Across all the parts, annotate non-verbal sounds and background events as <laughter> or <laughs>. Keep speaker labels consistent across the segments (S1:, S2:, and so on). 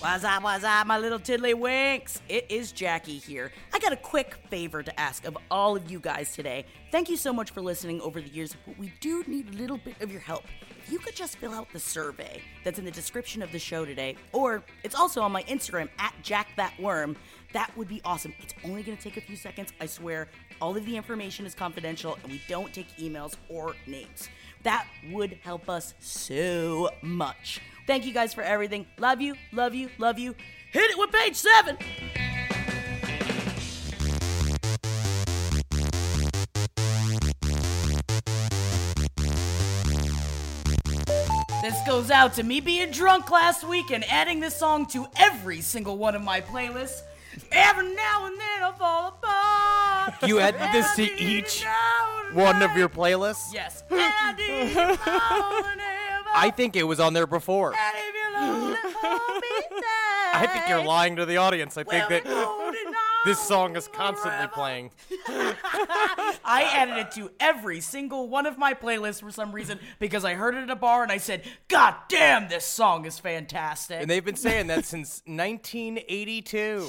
S1: What's up, what's up, my little tiddlywinks? It is Jackie here. I got a quick favor to ask of all of you guys today. Thank you so much for listening over the years, but we do need a little bit of your help. If you could just fill out the survey that's in the description of the show today, or it's also on my Instagram at jackthatworm, that would be awesome. It's only gonna take a few seconds, I swear. All of the information is confidential, and we don't take emails or names. That would help us so much. Thank you guys for everything. Love you, love you, love you. Hit it with page seven. This goes out to me being drunk last week and adding this song to every single one of my playlists. Every now and then I fall apart.
S2: You add this to
S1: Every
S2: each
S1: now and
S2: One of
S1: then.
S2: your playlists?
S1: Yes. <laughs> And I
S2: <laughs>
S1: need you more than ever.
S2: I think it was on there before.
S1: And if you're lonely, hold me tight.
S2: <laughs> I think you're lying to the audience. I think
S1: We'll be
S2: that
S1: holding on
S2: <laughs> this song is constantly
S1: forever.
S2: playing.
S1: I added it to every single one of my playlists for some reason because I heard it at a bar and I said, God damn, this song is fantastic.
S2: And they've been saying
S1: <laughs>
S2: that since 1982.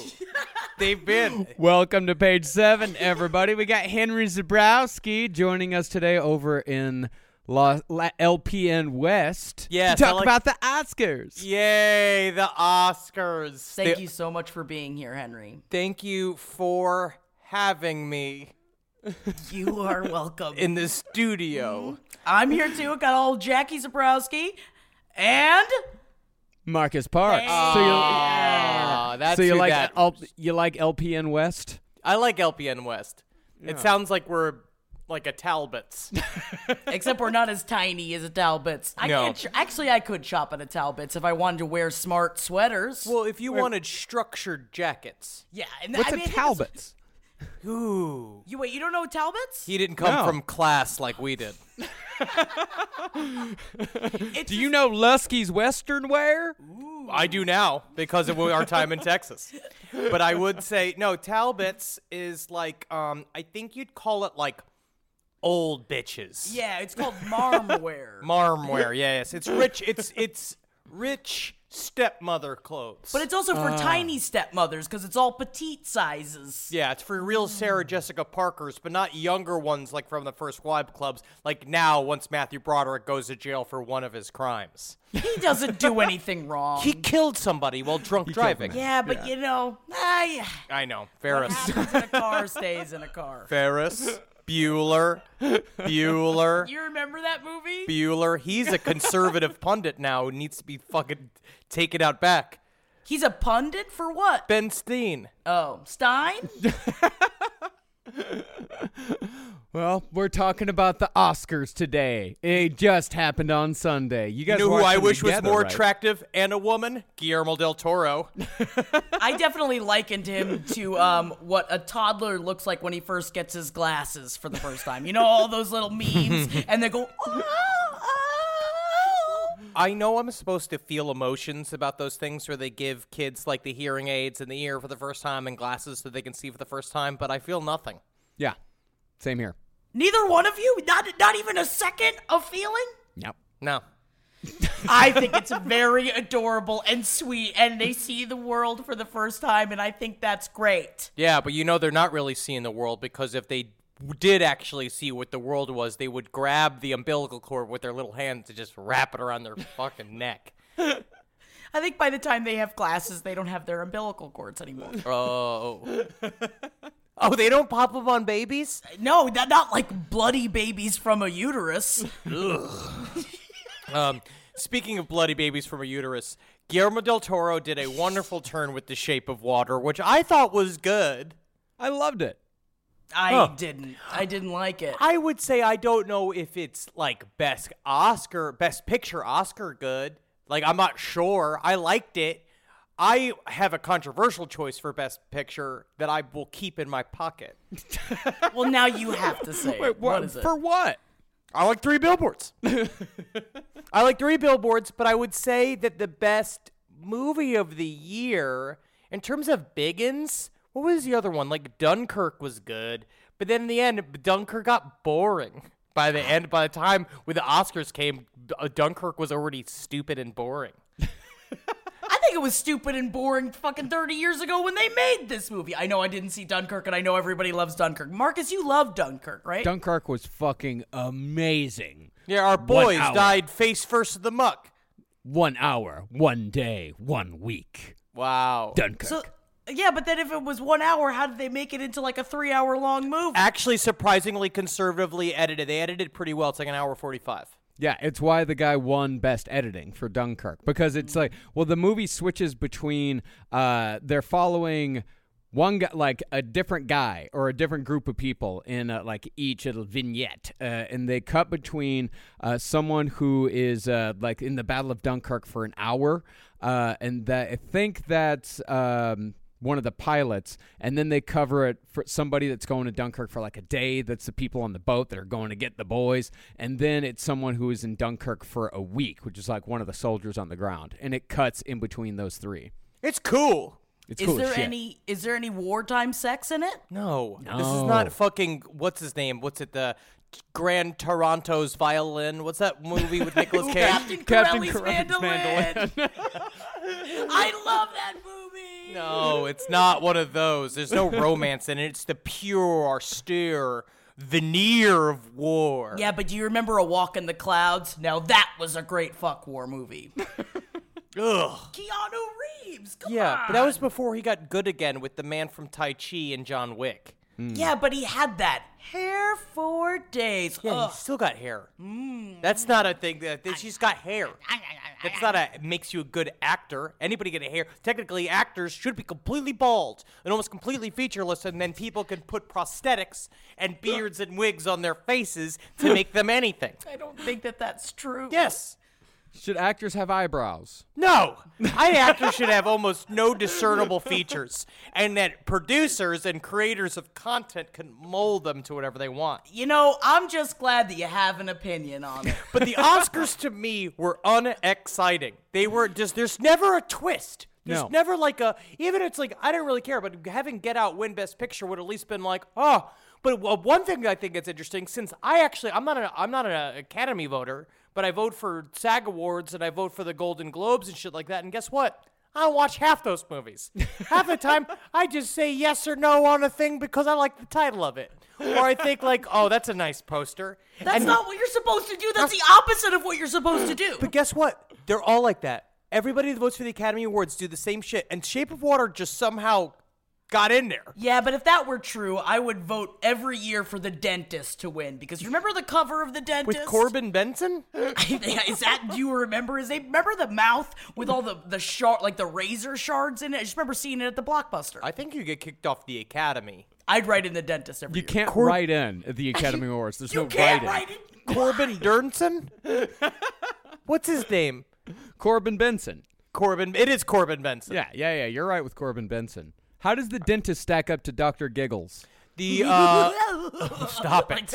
S2: They've been.
S3: Welcome to page seven, everybody. We got Henry Zabrowski joining us today over in La- La- LPN West
S2: Yes,
S3: to
S2: I
S3: talk
S2: like-
S3: about the Oscars.
S2: Yay, the Oscars.
S1: Thank
S2: They-
S1: you so much for being here, Henry.
S2: Thank you for having me <laughs>
S1: You are welcome.
S2: in the
S1: Mm-hmm.
S2: studio.
S1: I'm here too. Got old Jackie Zabrowski and
S3: Marcus Parks. So you,
S2: Ah, that's
S3: so you
S2: who
S3: like
S2: that-
S3: L- you like LPN West?
S2: I like LPN West. It sounds like we're like a
S3: <laughs>
S2: Talbots.
S1: Except we're not as tiny as a Talbot's. I
S2: No.
S1: can't. Sh- actually, I could shop at a Talbot's if I wanted to wear smart sweaters.
S2: well, if you wanted structured jackets.
S1: yeah. And th-
S3: What's
S1: I
S3: a
S1: mean, I think it's-
S3: Talbot's?
S2: Ooh.
S1: You wait. You don't know Talbot's?
S2: He didn't come
S3: No.
S2: from class like we did.
S1: It's
S3: Do you know Lusky's Western Wear?
S2: I do now because of our time in Texas. But I would say no. Talbots is like um, I think you'd call it like old bitches.
S1: Yeah, it's called marmware.
S2: Marmware. Yes, it's rich. It's it's rich stepmother clothes.
S1: but it's also for tiny stepmothers because it's all petite sizes.
S2: yeah, it's for real Sarah Jessica Parkers, but not younger ones like from the First Wives clubs. Like now, once Matthew Broderick goes to jail for one of his crimes,
S1: He doesn't do anything wrong.
S2: he killed somebody while drunk driving.
S1: <laughs> yeah, but you know, ah, yeah.
S2: I know, Ferris.
S1: happens in a car stays in a
S2: <laughs>
S1: car.
S2: Ferris, Bueller,
S1: <laughs>
S2: Bueller,
S1: You remember that movie?
S2: Bueller. He's a conservative pundit now who needs to be fucking taken out back.
S1: He's a pundit for what?
S2: Ben Steen.
S1: Oh, Stein?
S3: Well, we're talking about the Oscars today. It just happened on Sunday. You
S2: You
S3: guys
S2: know who
S3: watched
S2: I
S3: them
S2: wish was
S3: together,
S2: more
S3: right?
S2: attractive and a woman? Guillermo del Toro.
S1: I definitely likened him to um, what a toddler looks like when he first gets his glasses for the first time. You know, all those little memes, and they go, oh, oh.
S2: I know I'm supposed to feel emotions about those things where they give kids like the hearing aids in the ear for the first time and glasses so they can see for the first time, but I feel nothing.
S3: Yeah. Same here.
S1: Neither one of you? Not, not even a second of feeling?
S3: Yep.
S2: No.
S1: I think it's very adorable and sweet, and they see the world for the first time, and I think that's great.
S2: Yeah, but you know they're not really seeing the world because if they did actually see what the world was, they would grab the umbilical cord with their little hands and just wrap it around their fucking neck.
S1: I think by the time they have glasses, they don't have their umbilical cords anymore.
S2: Oh. oh, they don't pop up on babies?
S1: No, not, not like bloody babies from a uterus.
S2: Um, speaking of bloody babies from a uterus, Guillermo del Toro did a wonderful turn with The Shape of Water, which I thought was good.
S3: I loved it.
S1: I
S2: Huh.
S1: didn't. I didn't like it.
S2: I would say I don't know if it's like best Oscar, best picture Oscar good. Like I'm not sure. I liked it. I have a controversial choice for best picture that I will keep in my pocket.
S1: Well, now you have to say. it. what is it?
S3: For what?
S2: I like three <laughs> billboards. I like three billboards, but I would say that the best movie of the year, in terms of biggins, what was the other one? Like Dunkirk was good, but then in the end, Dunkirk got boring. By the end, by the time when the Oscars came, D- uh, Dunkirk was already stupid and boring.
S1: I think it was stupid and boring fucking 30 years ago when they made this movie. I know I didn't see Dunkirk, and I know everybody loves Dunkirk. Marcus, you love Dunkirk, right?
S3: Dunkirk was fucking amazing.
S2: Yeah, our
S3: One
S2: boys
S3: hour.
S2: died face first of the muck.
S3: One hour, one day, one week.
S2: Wow.
S3: Dunkirk.
S1: so, yeah, but then if it was one hour, how did they make it into like a three hour long movie?
S2: Actually, surprisingly conservatively edited. They edited pretty well. It's like an hour forty-five.
S3: Yeah, it's why the guy won best editing for Dunkirk because it's like, well, the movie switches between uh, they're following one guy, like a different guy or a different group of people in uh, like each little vignette, uh, and they cut between uh, someone who is uh, like in the Battle of Dunkirk for an hour, uh, and that I think that's. Um, one of the pilots, and then they cover it for somebody that's going to Dunkirk for like a day. That's the people on the boat that are going to get the boys, and then it's someone who is in Dunkirk for a week, which is like one of the soldiers on the ground, and it cuts in between those three.
S2: It's cool.
S3: It's
S1: Is
S3: cool as
S1: there
S3: shit.
S1: any is there any wartime sex in it?
S2: No, this is not fucking. What's his name? What's it? The Grand Toronto's Violin. What's that movie
S1: <laughs>
S2: with Nicolas Cage?
S1: Captain,
S3: Captain
S1: Corelli's
S3: Corelli's
S1: mandolin. <laughs>
S3: <laughs>
S1: I love that movie.
S2: no, it's not one of those. There's no romance in it. It's the pure, austere veneer of war.
S1: Yeah, but do you remember A Walk in the Clouds? Now that was a great fuck war
S2: <laughs>
S1: movie.
S2: Ugh.
S1: Keanu Reeves. Come
S2: Yeah,
S1: on.
S2: but that was before he got good again with the man from Tai Chi and John Wick.
S1: Yeah, but he had that hair for days.
S2: Yeah,
S1: Ugh. Mm.
S2: he's still got hair. That's not a thing. That that she's got hair. That's not a makes you a good actor. Anybody get a hair? Technically, actors should be completely bald and almost completely featureless, and then people can put prosthetics and beards and wigs on their faces
S1: <laughs>
S2: to make them anything.
S1: I don't think that that's true.
S2: Yes.
S3: Should actors have eyebrows?
S2: No, I actors should have almost no discernible features, and that producers and creators of content can mold them to whatever they want.
S1: You know, I'm just glad that you have an opinion on it.
S2: <laughs> But the Oscars to me were unexciting. They were just there's never a twist. There's
S3: No.
S2: never like a even it's like I didn't really care, but having Get Out win Best Picture would at least been like oh. But w- one thing I think that's interesting, since I actually I'm not an I'm not an Academy voter, but I vote for SAG awards and I vote for the Golden Globes and shit like that. And guess what? I don't watch half those movies. half the time, I just say yes or no on a thing because I like the title of it, or I think like, oh, that's a nice poster.
S1: That's
S2: And-
S1: not what you're supposed to do. That's the opposite of what you're supposed to do.
S2: but guess what? They're all like that. Everybody that votes for the Academy Awards do the same shit, and Shape of Water just somehow got in there.
S1: Yeah, but if that were true, I would vote every year for the dentist to win because remember the cover of the dentist
S2: With Corbin Benson?
S1: <laughs> Is that do you remember? Is they remember the mouth with all the the shard like the razor shards in it? I just remember seeing it at the blockbuster.
S2: I think you get kicked off the Academy.
S1: I'd write in the dentist every
S3: You
S1: year.
S3: can't write in
S1: <laughs>
S3: at the Academy Awards. There's
S1: You
S3: no
S1: can't
S3: writing.
S1: write it.
S2: Corbin Durnson? What's his name?
S3: Corbin Benson.
S2: Corbin. It is Corbin Benson.
S3: Yeah, yeah, yeah. You're right with Corbin Benson. How does the dentist stack up to Doctor Giggles?
S2: The
S1: <laughs>
S2: uh, stop it.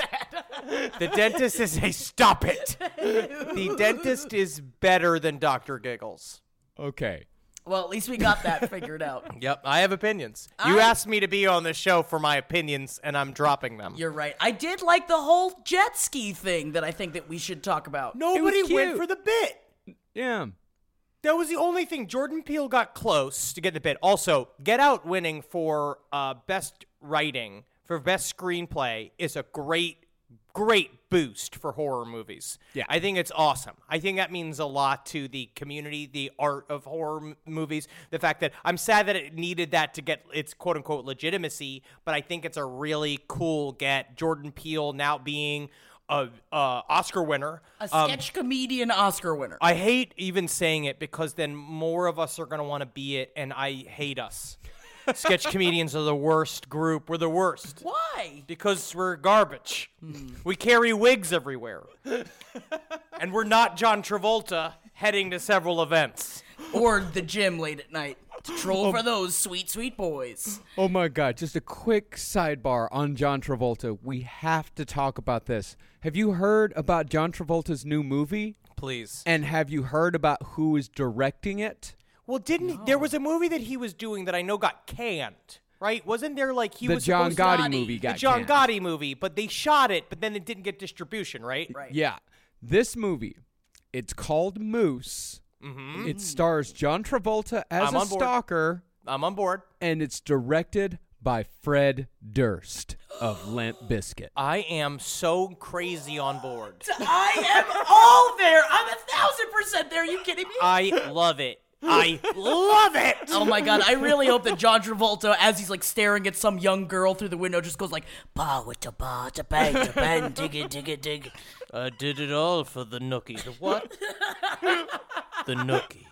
S2: The dentist is a stop it. The dentist is better than Doctor Giggles.
S3: Okay.
S1: Well, at least we got that figured
S2: <laughs>
S1: out.
S2: Yep, I have opinions. You asked me to be on the show for my opinions, and I'm dropping them.
S1: You're right. I did like the whole jet ski thing that I think that we should talk about.
S2: Nobody Oh, went
S3: cute.
S2: for the bit.
S3: Yeah.
S2: That was the only thing. Jordan Peele got close to get the bit. Also, Get Out winning for uh, best writing for best screenplay is a great great boost for horror movies.
S3: Yeah.
S2: I think it's awesome. I think that means a lot to the community, the art of horror m- movies. The fact that I'm sad that it needed that to get its quote unquote legitimacy, but I think it's a really cool get. Jordan Peele now being a uh, Oscar winner.
S1: A sketch comedian Oscar winner.
S2: I hate even saying it because then more of us are going to want to be it, and I hate us.
S3: <laughs>
S2: Sketch comedians are the worst group. We're the worst.
S1: Why?
S2: Because we're garbage.
S3: Hmm.
S2: We carry wigs everywhere. and we're not John Travolta heading to several events.
S1: or the gym late at night to troll for those sweet, sweet boys.
S3: Oh my God! Just a quick sidebar on John Travolta. We have to talk about this. Have you heard about John Travolta's new movie?
S2: Please.
S3: And have you heard about who is directing it?
S2: Well, didn't there was a movie that he was doing that I know got canned, right? Wasn't there like he
S3: the
S2: was
S3: John
S2: supposed to-
S3: Gotti movie got
S2: the John
S3: canned.
S2: Gotti movie, but they shot it, but then it didn't get distribution, right? Right.
S3: Yeah, this movie. It's called Moose. It stars John Travolta
S2: Mm-hmm.
S3: as
S2: I'm
S3: a
S2: on board.
S3: stalker,
S2: I'm on board.
S3: and it's directed by Fred Durst
S2: <gasps>
S3: of Limp Bizkit.
S2: I am so crazy on <laughs> board.
S1: I am all there. I'm a thousand percent there. Are you kidding me?
S2: I love it. I love it.
S1: Oh my god, I really hope that John Travolta, as he's like staring at some young girl through the window, just goes like ba with a ba to bang to bang digga digga dig.
S2: I did it all for the nookie. The what? the nookie.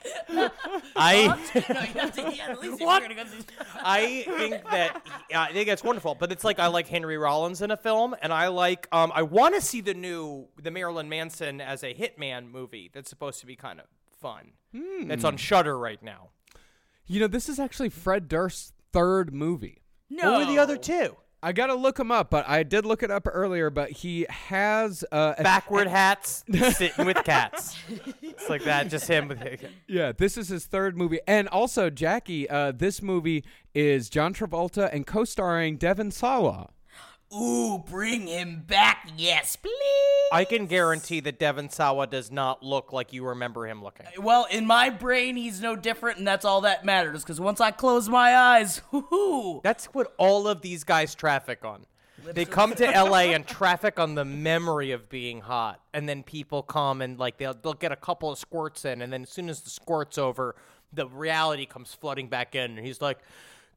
S2: I
S1: No, <laughs> you have to yeah, at least
S2: What?
S1: if you're gonna go
S2: I think that I think that's wonderful, but it's like I like Henry Rollins in a film, and I like um I want to see the new the Marilyn Manson as a hitman movie that's supposed to be kind of fun. That's on Shutter right now.
S3: You know, this is actually Fred Durst's third movie.
S1: No.
S2: What were the other two?
S3: I gotta look him up, but I did look it up earlier. But he has uh, a-
S2: <laughs> Backward hats, sitting with cats. It's like that, just him with.
S3: yeah, this is his third movie, and also Jackie. Uh, this movie is John Travolta and co-starring Devin Sawa.
S1: <laughs> Ooh, bring him back, yes, please.
S2: I can guarantee that Devon Sawa does not look like you remember him looking.
S1: well, in my brain, he's no different, and that's all that matters. Because once I close my eyes, <laughs> whoo,
S2: That's what all of these guys traffic on. They come to <laughs> LA and traffic on the memory of being hot, and then people come and like they'll they'll get a couple of squirts in, and then as soon as the squirt's over, the reality comes flooding back in, and he's like,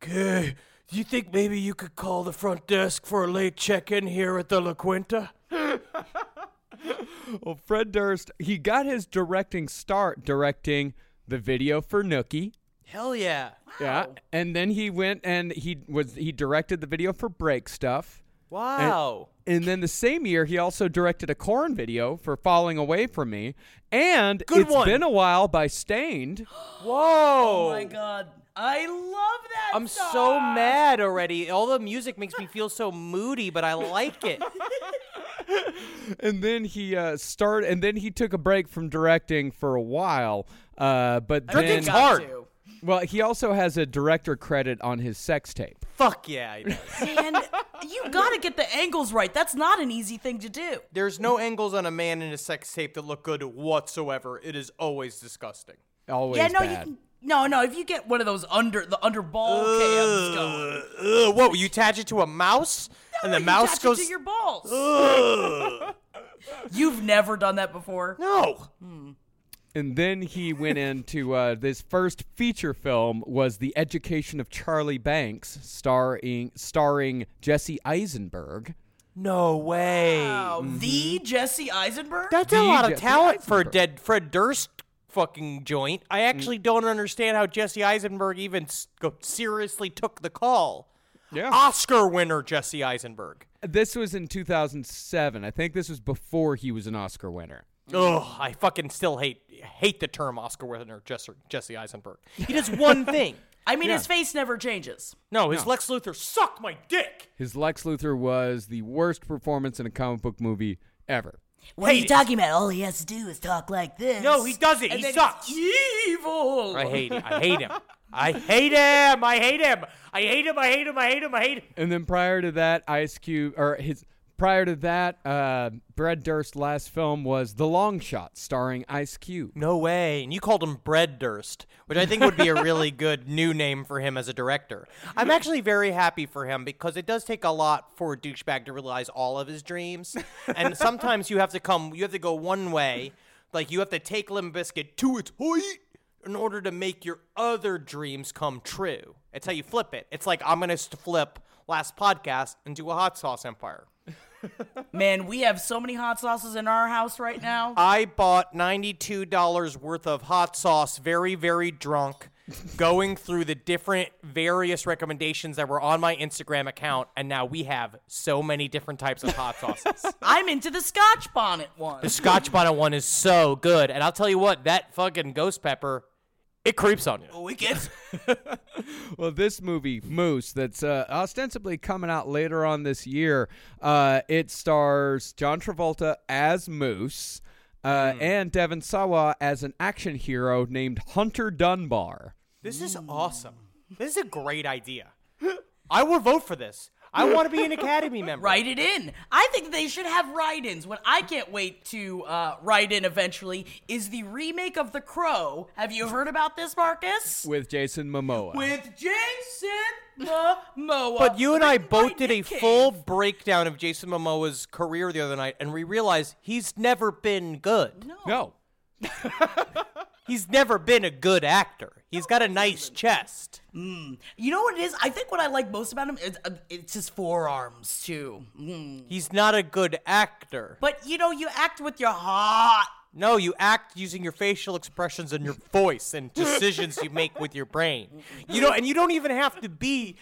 S2: "Okay, do you think maybe you could call the front desk for a late check-in here at the La Quinta?"
S3: Well, Fred Durst, he got his directing start directing the video for Nookie.
S2: Hell yeah!
S3: Yeah, and then he went and he was he directed the video for Break Stuff.
S2: Wow.
S3: And then the same year, he also directed a corn video for "Falling Away from Me," and
S2: Good
S3: it's
S2: one.
S3: been a while by Stained.
S2: Whoa!
S1: oh my god, I love that.
S2: I'm
S1: song.
S2: so mad already. All the music makes me feel so moody, but I like <laughs> it.
S3: and then he uh, started, and then he took a break from directing for a while. Uh, but
S1: I think
S3: then,
S1: it's got
S2: hard.
S1: to.
S3: well, he also has a director credit on his sex tape.
S2: Fuck yeah. he does.
S1: And you gotta get the angles right. That's not an easy thing to do.
S2: There's no angles on a man in a sex tape that look good whatsoever. It is always disgusting.
S3: Always,
S1: yeah, no, you
S3: bad.
S1: can. No, no. If you get one of those under the under ball cams going,
S2: Ugh, what? You attach it to a mouse, and the
S1: you
S2: mouse
S1: attach it
S2: goes.
S1: to your balls. <laughs>
S2: Ugh.
S1: You've never done that before.
S2: no.
S3: And then he went into uh, this first feature film was The Education of Charlie Banks, starring starring Jesse Eisenberg.
S2: No way.
S1: Wow, the Jesse Eisenberg.
S2: That's a
S3: The
S2: lot of
S3: Jesse
S2: talent for a
S3: Eisenberg.
S2: dead Fred Durst fucking joint. I actually don't understand how Jesse Eisenberg even s- go- seriously took the call.
S3: Yeah.
S1: Ah.
S2: Oscar winner Jesse Eisenberg.
S3: This was in 2007. I think this was before he was an Oscar winner.
S2: Ugh, I fucking still hate hate the term Oscar winner Jesse, Jesse <laughs> Eisenberg. He
S1: <laughs>
S2: does one thing.
S1: I mean, his face never changes.
S2: No, his Lex Luthor suck my dick.
S3: His Lex Luthor was the worst performance in a comic book movie ever.
S1: What are
S2: Hate
S1: you
S2: it.
S1: talking about? All he has to do is talk like this.
S2: No, he doesn't.
S1: And
S2: He
S1: then
S2: sucks.
S1: He's evil.
S2: I hate it. I hate him. I hate him. I hate him. I hate him. I hate him. I hate him. I hate him.
S3: And then prior to that, Ice Cube or his prior to that, uh, Brad Durst's last film was The Long Shot, starring Ice Cube.
S2: No way. And you called him Bread Durst, which I think would be a really <laughs> good new name for him as a director. I'm actually very happy for him because it does take a lot for a douchebag to realize all of his dreams. And sometimes you have to come, you have to go one way. Like you have to take Limp Bizkit to its height in order to make your other dreams come true. It's how you flip it. It's like I'm going to flip last podcast into a hot sauce empire.
S1: Man, we have so many hot sauces in our house right now.
S2: I bought $92 worth of hot sauce, very, very drunk, going through the different various recommendations that were on my Instagram account. And now we have so many different types of hot sauces. <laughs>
S1: I'm into the Scotch bonnet one.
S2: the Scotch bonnet one is so good. And I'll tell you what, that fucking ghost pepper, it creeps on you.
S1: Oh, it gets
S3: <gasps>
S1: <laughs>
S3: Well, this movie, Moose, that's uh, ostensibly coming out later on this year, uh, it stars John Travolta as Moose uh, and Devin Sawa as an action hero named Hunter Dunbar.
S2: This is awesome. This is a great idea. I will vote for this. I want to be an <laughs> Academy member.
S1: write it in. I think they should have write-ins. What I can't wait to uh, write in eventually is the remake of The Crow. Have you heard about this, Marcus?
S3: With Jason Momoa.
S1: With Jason <laughs> Momoa.
S2: But you and I
S1: Written by
S2: both did a
S1: Nick Cage.
S2: full breakdown of Jason Momoa's career the other night, and we realized he's never been good.
S3: no.
S2: He's never been a good actor. He's got a nice chest.
S1: You know what it is? I think what I like most about him is uh, it's his forearms too. Mm.
S2: He's not a good actor.
S1: But you know, you act with your heart.
S2: No, you act using your facial expressions and your voice and decisions you make with your brain. You know, and you don't even have to be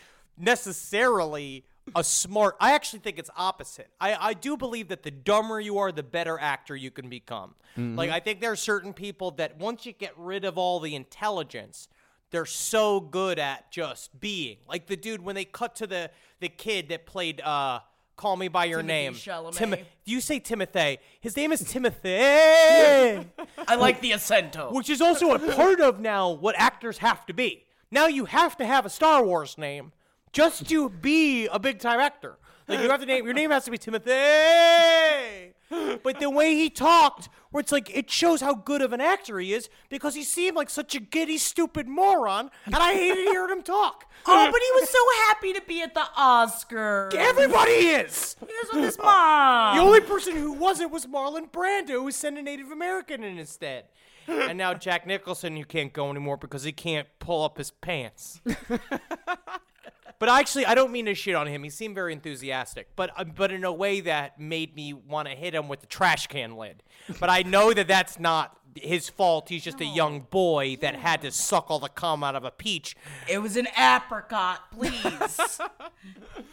S2: necessarily a smart. I actually think it's opposite. I, I do believe that the dumber you are, the better actor you can become. Like I think there are certain people that once you get rid of all the intelligence, they're so good at just being. Like the dude when they cut to the the kid that played uh Call Me by Your
S1: Timothée
S2: Name.
S1: Chalamet.
S2: Timoth- you say Timothy. His name is Timothy.
S1: I like the acento.
S2: which is also a part of now what actors have to be. Now you have to have a Star Wars name just to be a big time actor. Like you have to name your name has to be Timothy. But the way he talked, where it's like it shows how good of an actor he is because he seemed like such a giddy, stupid moron, and I hated hearing him talk.
S1: Oh, but he was so happy to be at the Oscars.
S2: Everybody is.
S1: Here's with his mom.
S2: The only person who wasn't was Marlon Brando, who sent a Native American
S1: <laughs>
S2: in instead. And now Jack Nicholson, who can't go anymore because he can't pull up
S1: <laughs>
S2: his pants. but actually, I don't mean to shit on him. He seemed very enthusiastic, but uh, but in a way that made me want to hit him with the trash can lid. But I know that that's not his fault. He's just a young boy that had to suck all the cum out of a peach.
S1: It was an apricot,
S2: <laughs>
S1: please.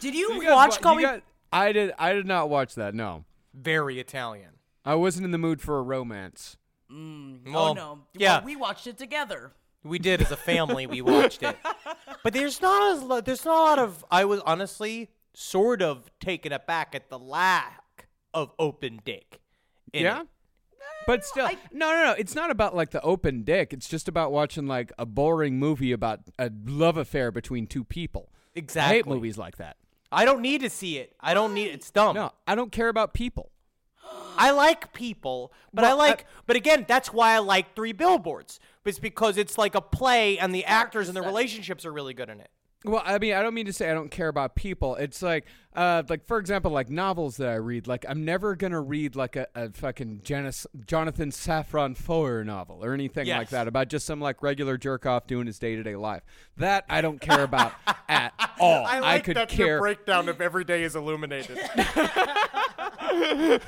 S1: Did you,
S3: You guys
S1: watch
S3: wa-
S1: Call
S3: you
S1: Me?
S3: guys- I did. I did not watch that. No,
S2: Very Italian.
S3: I wasn't in the mood for a romance.
S1: oh
S2: Well,
S1: no!
S2: Yeah.
S1: Well, we watched it together.
S2: We did as a family. we watched it, but there's not as lo- there's not a lot of. I was honestly sort of taken aback at the lack of open dick. in it.
S3: Yeah. But still, no, no, no. It's not about like the open dick. It's just about watching like a boring movie about a love affair between two people. I hate
S2: Exactly.
S3: movies like that.
S2: I don't need to see it. I don't need. It's dumb.
S3: No, I don't care about people.
S2: I like people, but I
S3: Well, I-
S2: like. but again, that's why I like Three Billboards. It's because it's like a play, and the actors and the relationships are really good in it.
S3: Well, I mean, I don't mean to say I don't care about people. It's like, uh, like for example, like novels that I read. Like I'm never gonna read like a, a fucking Janice, Jonathan Safran Foer novel or anything
S2: Yes.
S3: like that about just some like regular jerk off doing his day to day life. That I don't
S2: <laughs>
S3: care about at all. I, could care.
S2: breakdown of every day is
S1: <laughs>
S2: illuminated. uh,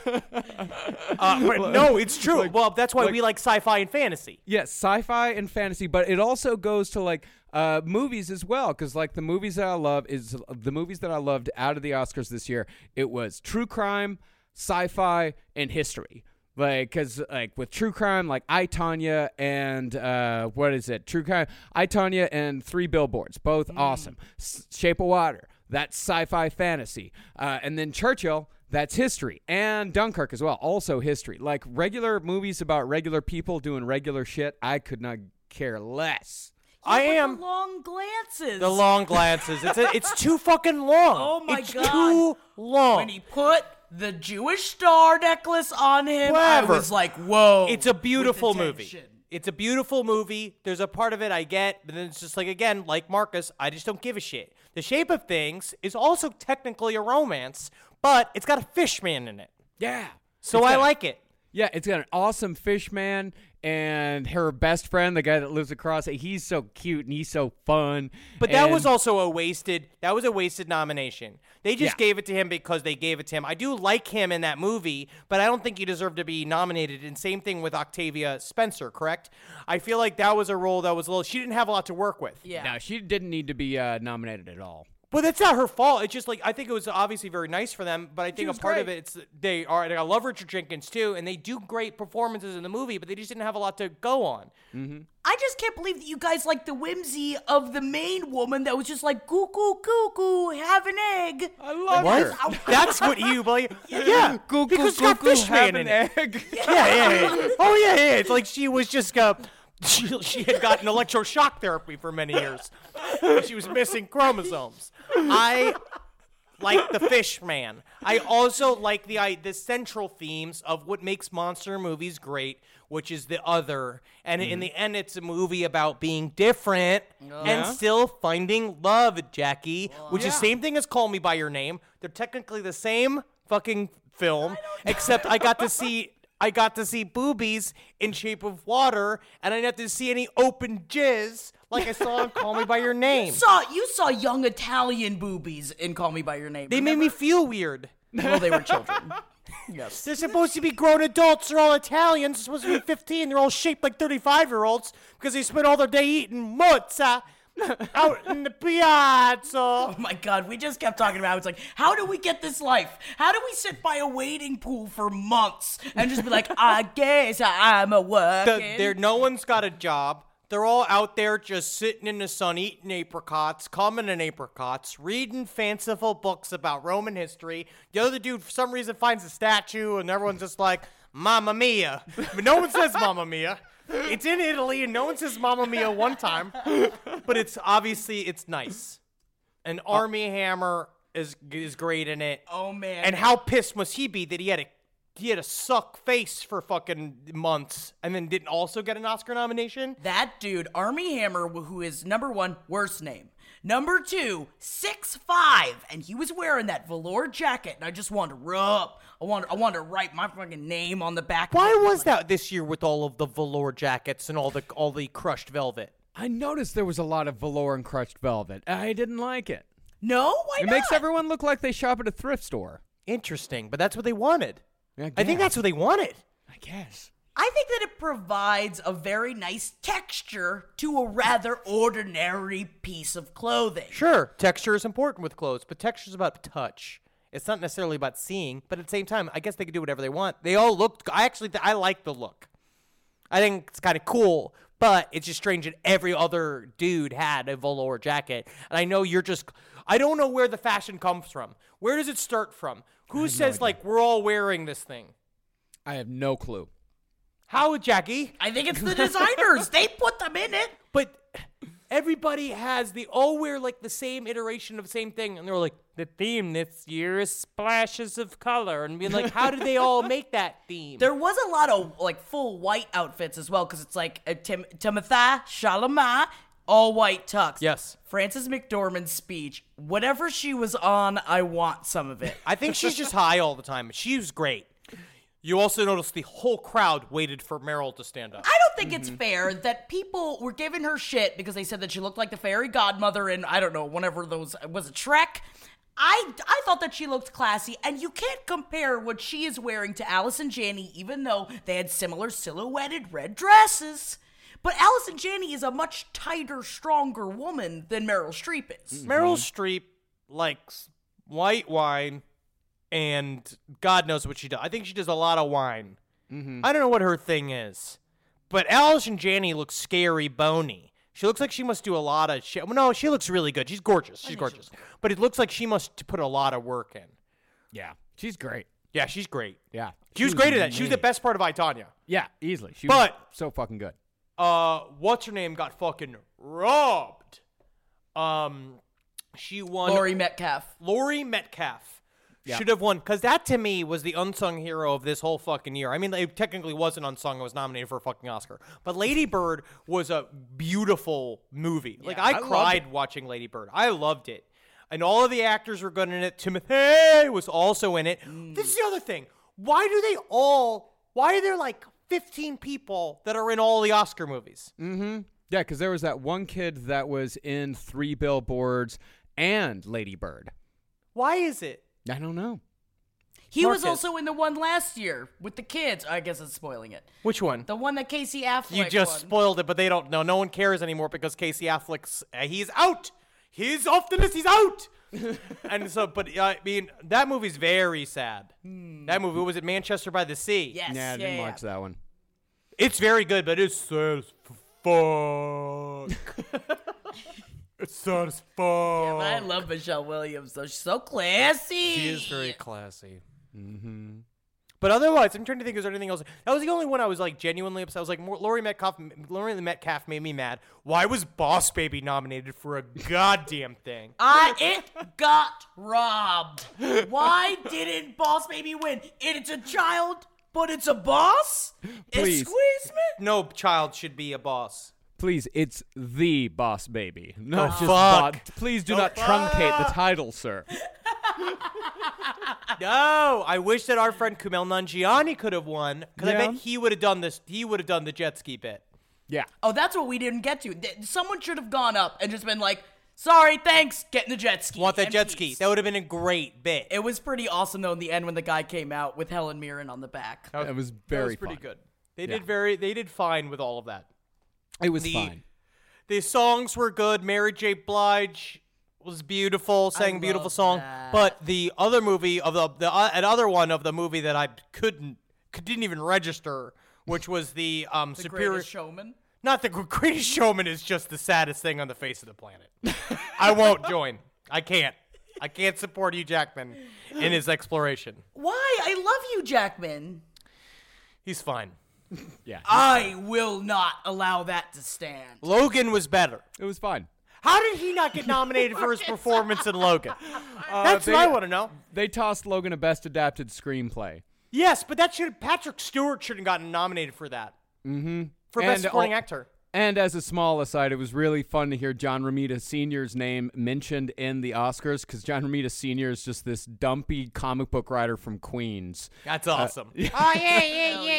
S2: but no, it's true. well, that's why we like sci-fi and fantasy.
S3: Yes, sci-fi and fantasy, but it also goes to like uh, movies as well. Because like the movies that I love is the movies that I loved out of the Oscars this year. It was true crime, sci-fi, and history. Like, cause like with true crime, like I Tanya and uh, what is it? True crime, I Tanya and Three Billboards, both awesome. S- Shape of Water, that's sci-fi fantasy, uh, and then Churchill. That's history and Dunkirk as well. Also history, like regular movies about regular people doing regular shit. I could not care less.
S2: I
S1: With
S2: am
S1: the long glances.
S2: the long glances. It's a, it's too fucking long.
S1: Oh my
S2: it's
S1: God.
S2: Too long.
S1: When he put the Jewish star necklace on him.
S2: Whatever.
S1: I was like, whoa.
S2: It's a beautiful
S1: with the
S2: movie.
S1: tension.
S2: It's a beautiful movie. There's a part of it I get, but then it's just like again, like Marcus, I just don't give a shit. The Shape of Things is also technically a romance, but it's got a fish man in it,
S3: Yeah.
S2: so
S3: It's
S2: I
S3: got-
S2: like it.
S3: Yeah, it's got an awesome fish man and her best friend, the guy that lives across it. He's so cute and he's so fun.
S2: But that
S3: and-
S2: was also a wasted. That was a wasted nomination. They just
S3: Yeah.
S2: gave it to him because they gave it to him. I do like him in that movie, but I don't think he deserved to be nominated. And same thing with Octavia Spencer, correct? I feel like that was a role that was a little. She didn't have a lot to work with.
S1: yeah.
S3: No, she didn't need to be uh, nominated at all.
S2: But that's not her fault. It's just like I think it was obviously very nice for them, but I think a
S1: was
S2: part of
S1: great.
S2: it it's they are and I love Richard Jenkins too, and they do great performances in the movie, but they just didn't have a lot to go on.
S1: I just can't believe that you guys like the whimsy of the main woman that was just like coo coo coo coo have an egg. I love
S2: That's what you believe.
S3: <laughs>
S2: Yeah,
S3: Goo, goo,
S2: because it's
S3: goo,
S2: got
S3: goo, have
S2: Fishman <laughs> in
S3: an
S2: it.
S3: egg. <laughs>
S2: Yeah, yeah, yeah. Oh yeah, yeah. It's like she was just uh, she, she had gotten electroshock therapy for many years. she was missing chromosomes. I like the fish man. I also like the I, the central themes of what makes monster movies great, which is the other. And in the end, it's a movie about being different and still finding love, Jackie. Which is same thing as Call Me by Your Name. They're technically the same fucking film, except I got to see. I got to see boobies in Shape of Water, and I didn't have to see any open jizz like I saw in Call Me by Your Name.
S1: You saw you saw young Italian boobies in Call Me by Your Name.
S2: They made me feel weird.
S1: well, they were
S2: <laughs>
S1: children. yes.
S2: They're supposed to be grown adults. They're all Italians. They're supposed to be 15. They're all shaped like 35 year olds because they spend all their day eating mozza out in the piazza.
S1: Oh <laughs> my God, we just kept talking about. It's like, how do we get this life? How do we sit by a waiting pool for months and just be
S2: <laughs>
S1: like, I guess I'm a working.
S2: There, no one's got a job. They're all out there just sitting in the sun, eating apricots, coming in apricots, reading fanciful books about Roman history. The other dude, for some reason, finds a statue, and everyone's just like, Mamma Mia. But no one says Mamma Mia. It's in Italy, and no one says Mamma Mia one time. But it's obviously it's nice. And Army Hammer is is great in it.
S1: Oh man.
S2: And how pissed must he be that he had a he had a suck face for fucking months and then didn't also get an Oscar nomination?
S1: That dude, Army Hammer, wh- who is number one, worst name. Number two, six five, and he was wearing that velour jacket, and I just wanted to rub. I wanted, I wanted to write my fucking name on the back. of
S2: Why
S1: it.
S2: was that this year with all of the velour jackets and all the all the crushed velvet?
S3: I noticed there was a lot of velour and crushed velvet. I didn't like it.
S1: No, why
S3: It
S1: not?
S3: makes everyone look like they shop at a thrift store.
S2: Interesting, but that's what they wanted.
S3: I,
S2: I think
S3: guess.
S2: that's what they wanted.
S3: I guess.
S1: I think that it provides a very nice texture to a rather ordinary piece of clothing.
S2: Sure, texture is important with clothes, but texture is about touch. It's not necessarily about seeing, but at the same time, I guess they could do whatever they want. They all looked. I actually, I like the look. I think it's kind of cool, but it's just strange that every other dude had a velour jacket. And I know you're just. I don't know where the fashion comes from. Where does it start from? Who says like we're all wearing this thing?
S3: I have no clue.
S2: How, Jackie?
S1: I think it's the designers. they put them in it.
S2: But everybody has the all wear like the same iteration of the same thing, and they're like, the theme this year is splashes of color, and being like, how did they all make that theme?
S1: There was a lot of like full white outfits as well, because it's like a Tim- Timothy Chalamet, all white tux.
S2: Yes.
S1: Frances McDormand's speech, whatever she was on, I want some of it.
S2: I think she's just high all the time. She's great. You also notice the whole crowd waited for Meryl to stand up.
S1: I don't think it's fair that people were giving her shit because they said that she looked like the fairy godmother in I don't know whenever those was it Shrek. I I thought that she looked classy, and you can't compare what she is wearing to Alice and Janney, even though they had similar silhouetted red dresses. But Alice and Janney is a much tighter, stronger woman than Meryl Streep is.
S2: Meryl Streep likes white wine, and God knows what she does. I think she does a lot of wine. I don't know what her thing is, but Alice and Janney looks scary bony. She looks like she must do a lot of shit. Well, no, she looks really good. She's gorgeous. She's gorgeous. but it looks like she must put a lot of work in.
S3: Yeah. She's great.
S2: Yeah, she's great.
S3: Yeah.
S2: She was great at that. She was the best part of I, Tonya.
S3: Yeah, easily. She
S2: But-
S3: was so fucking good.
S2: uh what's her name got fucking robbed um she won Mm.
S1: Laurie Metcalf.
S2: Lori Metcalf
S3: Yeah.
S2: should have won because that to me was the unsung hero of this whole fucking year. I mean, it technically wasn't unsung; it was nominated for a fucking Oscar. But Lady Bird was a beautiful movie. like
S3: I
S2: I,
S3: loved
S2: cried watching Lady Bird. I loved it, and all of the actors were good in it. Timothy was also in it.
S3: Mm.
S2: This is the other thing: why do they all? Why are there like fifteen people that are in all the Oscar movies?
S3: Mm. Yeah, because there was that one kid that was in Three Billboards and Lady Bird.
S2: Why is it?
S3: I don't know.
S1: He was
S2: Marcus.
S1: also in the one last year with the kids. I guess it's spoiling it.
S2: Which one?
S1: The one that Casey Affleck.
S2: You just
S1: won.
S2: spoiled it, but they don't know. No one cares anymore because Casey Affleck's uh, he's out. He's off the list.
S1: <laughs>
S2: He's out. and so, but uh, I mean, that movie's very sad. That movie was it Manchester by the Sea.
S1: Hmm. Yes.
S3: Nah, I
S1: yeah,
S3: didn't
S1: yeah,
S3: watch that one.
S2: it's very good, but it's sad as fuck.
S1: <laughs>
S2: it's sad as fuck.
S1: yeah. But I love Michelle Williams though. She's so classy.
S2: She is very classy. Mm-hmm. But otherwise, I'm trying to think. Is there anything else? That was the only one I was like genuinely upset. I was like, Mor- Laurie Metcalf. Laurie Metcalf made me mad. Why was Boss Baby nominated for a goddamn <laughs> thing?
S1: I it got robbed. Why didn't Boss Baby win? It's a child, but it's a boss.
S3: Please.
S1: Excuse me.
S2: No child should be a boss.
S3: Please, it's the Boss Baby. No, Oh, just
S2: fuck.
S3: bo- Please do
S2: The
S3: not truncate the title, sir.
S2: Ah. No, I wish that our friend Kumail Nanjiani could have won because I
S3: Yeah.
S2: bet he would have done this. He would have done the jet ski bit.
S3: <laughs> Yeah.
S1: Oh, that's what we didn't get to. Th- Someone should have gone up and just been like, "Sorry, thanks. Get in the jet ski."
S2: Want that
S1: and
S2: jet ski?
S1: peace."
S2: That would have been a great bit.
S1: it was pretty awesome though. In the end, when the guy came out with Helen Mirren on the back.
S3: It was
S2: that
S3: very
S2: was pretty
S3: fun.
S2: good. They
S3: Yeah.
S2: did very. They did fine with all of that.
S3: It was
S2: The-
S3: fine.
S2: The songs were good. Mary J. Blige was beautiful, sang a beautiful
S1: love
S2: song.
S1: that.
S2: But the other movie of the the uh, another one of the movie that I couldn't could, didn't even register, which was the um
S1: The
S2: superior.
S1: greatest showman.
S2: not the Gr- <laughs> Greatest Showman is just the saddest thing on the face of the planet.
S1: <laughs>
S2: I won't join. I can't. I can't support Hugh Jackman in his exploration.
S1: Why? I love you, Jackman.
S2: He's fine.
S3: Yeah.
S1: I will not allow that to stand.
S2: Logan was better.
S3: it was fine.
S2: How did he not get nominated
S1: <laughs>
S2: for his performance in Logan?
S1: Uh,
S2: That's
S3: they-
S2: what I want to know.
S3: They tossed Logan a Best Adapted Screenplay.
S2: Yes, but that should Patrick Stewart should have gotten nominated for that. Mm-hmm. For best
S3: And al-
S2: supporting actor.
S3: And as a small aside, it was really fun to hear John Romita Sr.'s name mentioned in the Oscars because John Romita Sr. is just this dumpy comic book writer from Queens.
S2: That's awesome.
S4: Oh
S2: <laughs>
S4: yeah, yeah, yeah,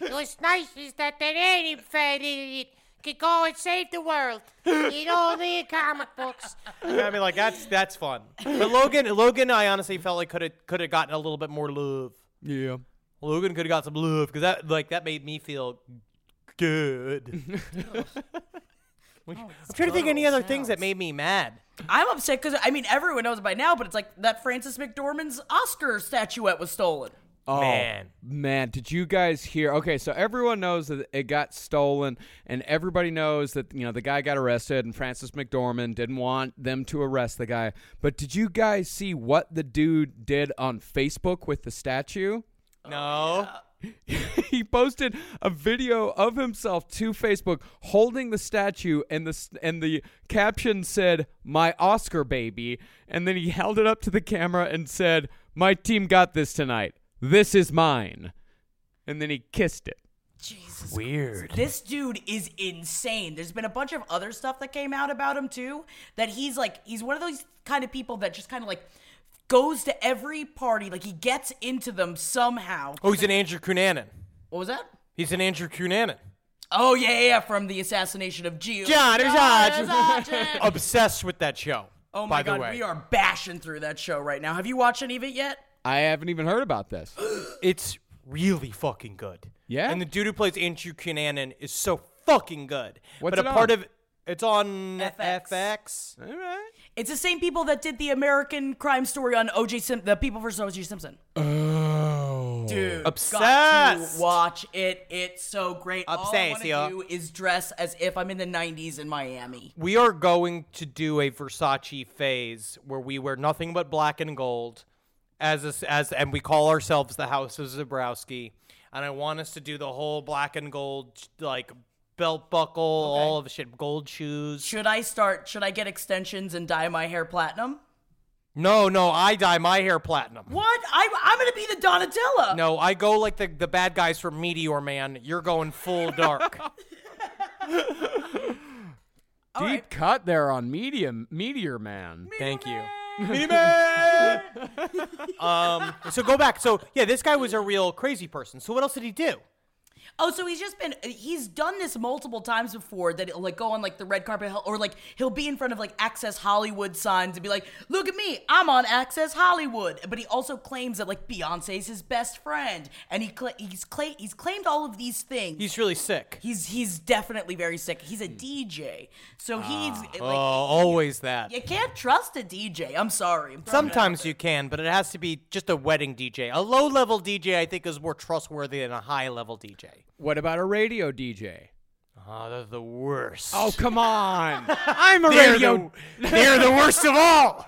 S4: yeah. It was nice is that that alien fella could go and save the world. Read all the comic
S2: <laughs>
S4: books.
S2: I mean, like that's that's fun. But Logan, Logan, I honestly felt like could have could have gotten a little bit more love.
S3: Yeah.
S2: Logan could have got some love because that like that made me feel good. Which-
S4: Oh,
S2: I'm trying to think of any other things that made me mad.
S1: I'm upset because I mean everyone knows by now, but it's like that Francis McDormand's Oscar statuette was stolen.
S3: Oh,
S2: Man.
S3: man, did you guys hear? Okay, so everyone knows that it got stolen, and everybody knows that you know the guy got arrested, and Francis McDormand didn't want them to arrest the guy. But did you guys see what the dude did on Facebook with the statue?
S2: No,
S3: <laughs> he posted a video of himself to Facebook holding the statue, and the s- and the caption said "My Oscar baby," and then he <laughs> held it up to the camera and said, "My team got this tonight. This is mine," and then he kissed it.
S1: Jesus. Weird. This dude is insane. There's been a bunch of other stuff that came out about him too. That he's like he's one of those kind of people that just kind of like goes to every party, like he gets into them somehow.
S2: oh, he's an Andrew Cunanan.
S1: What was that?
S2: He's an Andrew Cunanan.
S1: Oh yeah, yeah, yeah, from the assassination of Gio.
S2: John
S1: Sargent.
S2: <laughs> Erzaj. Obsessed with that show.
S1: Oh my
S2: by
S1: god,
S2: the way.
S1: we are bashing through that show right now. Have you watched any of it yet?
S3: I haven't even heard about this.
S2: It's really fucking good.
S3: Yeah?
S2: And the dude who plays Andrew Cunanan is so fucking good.
S3: What's
S2: but
S3: it
S2: a part
S3: on?
S2: of it's on
S1: FX.
S2: FX.
S3: All right.
S1: It's the same people that did the American crime story on OJ Sim- the people versus OJ Simpson.
S3: Oh.
S1: Dude, Got
S2: Obsessed.
S1: to watch it. It's so great.
S2: Obsessed,
S1: All
S2: yeah.
S1: I want to do is dress as if I'm in the 90s in Miami.
S2: We are going to do a Versace phase where we wear nothing but black and gold, as a, as and we call ourselves the House of Zabrowski. And I want us to do the whole black and gold like belt buckle, all of the shit, gold shoes.
S1: Should I start? Should I get extensions and dye my hair platinum?
S2: No, no, I dye my hair platinum.
S1: What? I, I'm going to be the Donatella.
S2: No, I go like the, the bad guys from Meteor Man. You're going full dark.
S3: Deep cut there on Medium Meteor Man.
S2: Thank you. <laughs> um, so go back. So yeah, this guy was a real crazy person. So what else did he do?
S1: Oh, so he's just been he's done this multiple times before that it'll like go on like the red carpet he'll- or like he'll be in front of like Access Hollywood signs and be like, "Look at me, I'm on Access Hollywood." But he also claims that like Beyonce's his best friend and he cla he's cla- he's claimed all of these things.
S2: He's really sick.
S1: he's he's definitely very sick. He's a DJ. So he's
S2: Oh,
S1: like
S2: always that.
S1: you can't trust a DJ. I'm sorry. I'm sorry.
S2: Sometimes you can, but it has to be just a wedding DJ. A low level DJ, I think, is more trustworthy than a high level DJ.
S3: What about a radio DJ?
S2: Oh, they're the worst. <laughs>
S3: <laughs> Oh come on! I'm a
S2: they're
S3: radio.
S2: The, they're the worst of all.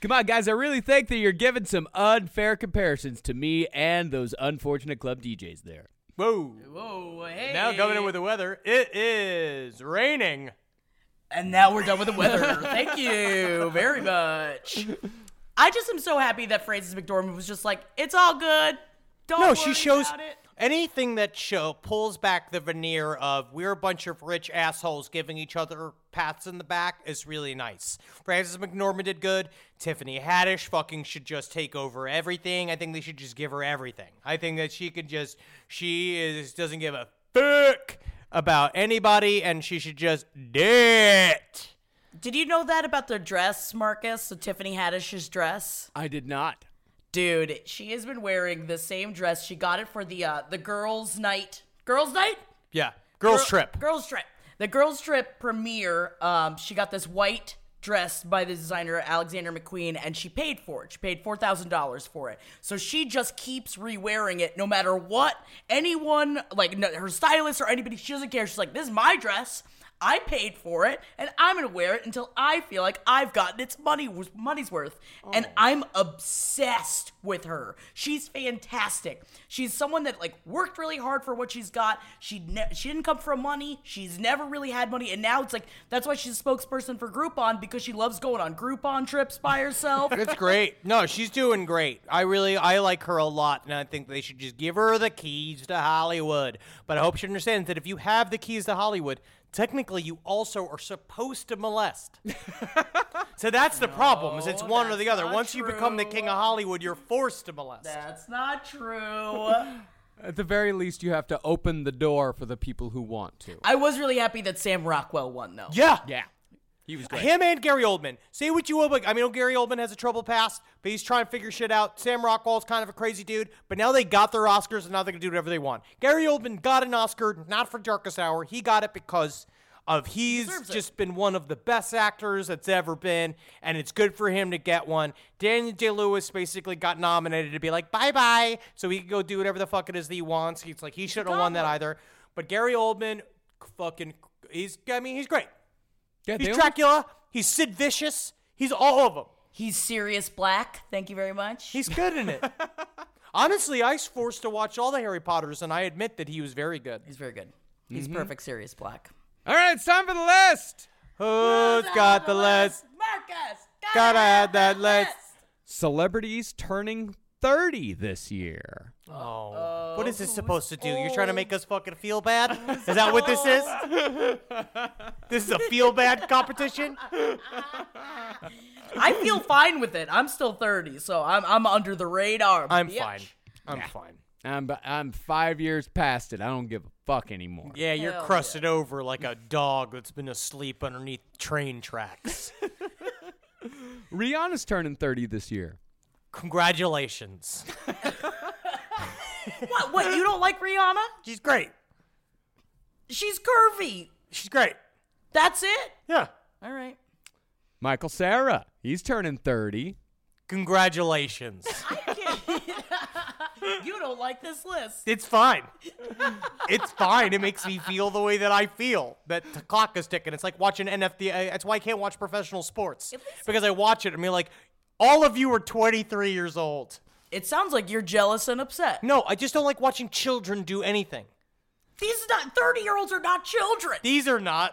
S3: Come on, guys! I really think that you're giving some unfair comparisons to me and those unfortunate club DJs there.
S2: Whoa.
S1: Whoa, hey.
S2: Now coming in with the weather, it is raining.
S1: And now we're done with the weather. Thank you very much. I just am so happy that Frances McDormand was just like, it's all good. Don't
S2: No,
S1: worry
S2: she shows
S1: about it.
S2: anything that show pulls back the veneer of we're a bunch of rich assholes giving each other pats in the back is really nice. Frances McNorman did good. Tiffany Haddish fucking should just take over everything. I think they should just give her everything. I think that she could just she is doesn't give a fuck about anybody and she should just do it.
S1: Did you know that about the dress, Marcus? So Tiffany Haddish's dress?
S3: I did not.
S1: Dude, she has been wearing the same dress. She got it for the uh, the girls' night. Girls' night?
S2: Yeah. Girls
S1: Girl-
S2: trip.
S1: Girls trip. The girls trip premiere. Um, she got this white dress by the designer Alexander McQueen, and she paid for it. She paid four thousand dollars for it. So she just keeps re-wearing it, no matter what anyone, like no, her stylist or anybody. She doesn't care. She's like, "This is my dress. I paid for it, and I'm gonna wear it until I feel like I've gotten its money money's worth." And
S2: Oh.
S1: I'm obsessed with her. She's fantastic. She's someone that like worked really hard for what she's got. She ne- she didn't come from money. She's never really had money, and now it's like that's why she's a spokesperson for Groupon because she loves going on Groupon trips by
S2: <laughs>
S1: herself.
S2: It's
S1: <laughs>
S2: great. No, she's doing great. I really I like her a lot, and I think they should just give her the keys to Hollywood. But I hope she understands that if you have the keys to Hollywood, technically you also are supposed
S1: <laughs>
S2: to molest. so that's the problem. Is it's one or
S1: that's
S2: the other.
S1: not
S2: Once you become the
S1: true.
S2: king of Hollywood, you're forced to molest.
S1: that's not true.
S3: At the very least, you have to open the door for the people who want to.
S1: I was really happy that Sam Rockwell won though.
S2: yeah.
S3: Yeah, he was great.
S2: Him and Gary Oldman. Say what you will, but I mean, oh, Gary Oldman has a troubled past, but he's trying to figure shit out. Sam Rockwell's kind of a crazy dude, but now they got their Oscars and now they can do whatever they want. Gary Oldman got an Oscar, not for Darkest Hour. He got it because of he's
S1: deserves it.
S2: just been one of the best actors that's ever been, and it's good for him to get one. Daniel Day Lewis basically got nominated to be like bye bye, so he can go do whatever the fuck it is that he wants. He's like he shouldn't have won that either, but Gary Oldman, fucking, he's I mean he's great.
S3: Yeah, they
S2: He's
S3: only-
S2: Dracula. He's Sid Vicious. He's all of them.
S1: He's serious black. Thank you very much.
S2: He's good in <laughs> it. Honestly, I was forced to watch all the Harry Potters, and I admit that he was very good.
S1: He's very good. He's
S2: Mm-hmm.
S1: perfect serious black.
S3: All right, it's time for the list.
S2: Who's got the list?
S1: Marcus.
S2: Gotta have that list.
S3: Celebrities turning 30 this year.
S2: Oh, what is this supposed to do? You're trying to make us fucking feel bad? <laughs> Is that what this is? This is a feel bad competition?
S1: I feel fine with it. I'm still 30, so I'm I'm under the radar.
S2: I'm
S1: bitch.
S2: fine. I'm fine.
S3: I'm b- I'm five years past it. I don't give a fuck anymore.
S2: Yeah, you're
S1: Hell yeah.
S2: crusted over like a dog that's been asleep underneath train <laughs> tracks.
S3: Rihanna's turning 30 this year.
S2: Congratulations.
S1: What? What? You don't like Rihanna?
S2: She's great.
S1: She's curvy.
S2: She's great.
S1: That's it.
S2: Yeah.
S1: All right.
S3: Michael Sarah, he's turning 30.
S2: Congratulations.
S1: You don't like this list.
S2: it's fine. It's fine. It makes me feel the way that I feel. That the clock is ticking. It's like watching NFT. I- That's uh, why I can't watch professional sports because I watch it and be like, all of you are 23 years old.
S1: It sounds like you're jealous and upset.
S2: No, I just don't like watching children do anything.
S1: These not 30 year olds are not children.
S2: These are not.